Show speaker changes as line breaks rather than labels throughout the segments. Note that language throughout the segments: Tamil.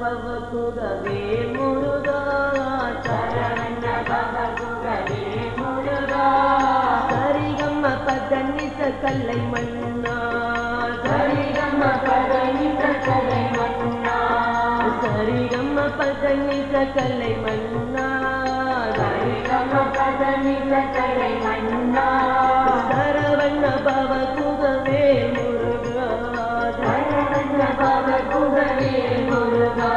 பவகுரவே முருகா சரண பவகுரவே முருகா சரிகம பதனிச கல்லை மன்னா சரிகம பதனிச கல்லை மன்னா சரிகம பதனிச கல்லை மன்னா சரிகம பதனிச கல்லை மன்னா சரவண பவகுரவே முருகா சரவண பவகுரவே முருகா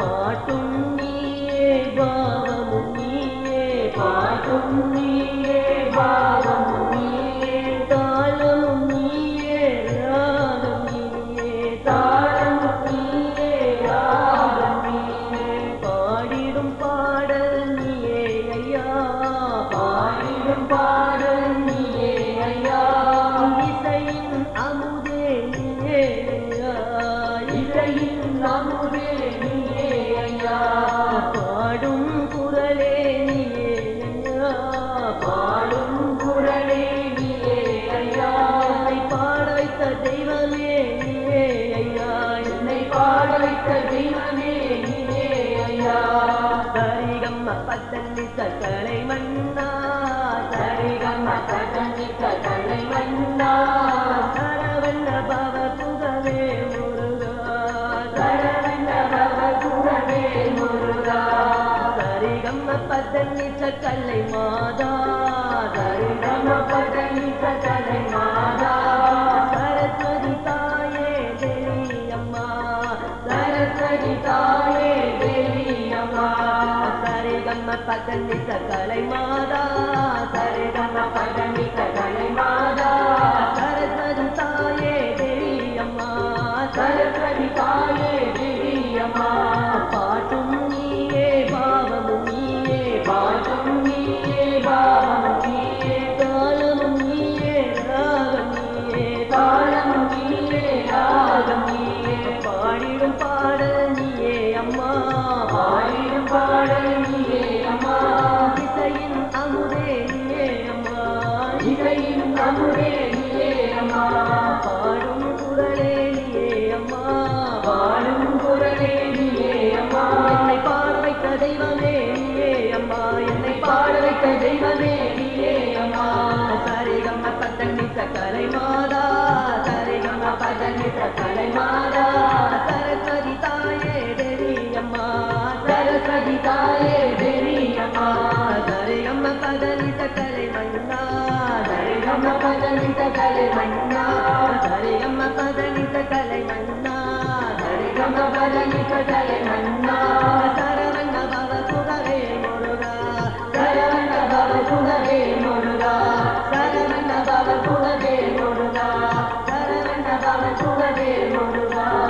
பாட்டும் நீயே பாவமும் நீயே பாட்டும் நீயே பாவமும் நீயே தாளமும் நீயே ராகம் நீயே தாளமும் நீயே ராகம் நீயே பாடிடும் பாடல் நீயே ஐயா பாடிடும் பாடல் நீயே ஐயா இசையின் அமுதே நீயே ஐயா இசையின் அமுதே நீயே ஐயா பாடும் குரலே நீயே ஐயா பாடும் குரலே நீயே ஐயா என்னை பாட வைத்த தெய்வமே நீயே ஐயா என்னை பாட வைத்த தெய்வமே நீயே ஐயா சரிகம்மா பத்தனி சக்கரை மன்னா சரிகம்மா பத்தனி சக்கரை மன்னா சரவண்ண பவ புகவே முருகா சரவண்ண பவ புகவே முருகா சரிகம்மா பத்தனி சக்கரை மாதா சரிகம்மா பத்தனி சக்கரை மாதா சரஸ்வதி தாயே தேவி அம்மா சரஸ்வதி தாயே தேவி அம்மா சரே கம்ம பதனி சகலை மாதா சரே கம்ம பதனி சகலை மாதா சரஸ்வதி தாயே தேவி அம்மா சரஸ்வதி தாயே தேவி அம்மா பாட்டும் நீயே பாவமும் நீயே பாட்டும் நீயே பாவமும் நீயே தாளமும் நீயே ராகம் நீயே தாளமும் நீயே ராகம் நீயே பாடிடும் பாடல் நீயே அம்மா பாடிடும் பாடல் நீயே அம்மா இசையின் அமுதே நீயே அம்மா இசையின் அமுதே நீயே அம்மா பாடும் குரலே நீயே அம்மா பாடும் குரலே நீயே அம்மா என்னை பாட வைத்த தெய்வமே நீயே அம்மா என்னை பாட வைத்த தெய்வமே நீயே அம்மா சரி கம்ம பத்தனி சக்கரை மாதா சரி கம்ம பத்தனி சக்கரை மாதா சரஸ்வதி தாயே தேவி அம்மா சரஸ்வதி தாயே தேவி அம்மா சரி கம்ம பதனி சக்கரை மன்னா சரி கம்ம பதனி சக்கரை மன்னா சரி கம்ம பதனி சக்கரை மன்னா சரி கம்ம பதனி சக்கரை மன்னா சரவண பவ சுகவே முருகா சரவண பவ சுகவே முருகா சரவண பவ சுகவே முருகா சரவண பவ சுகவே முருகா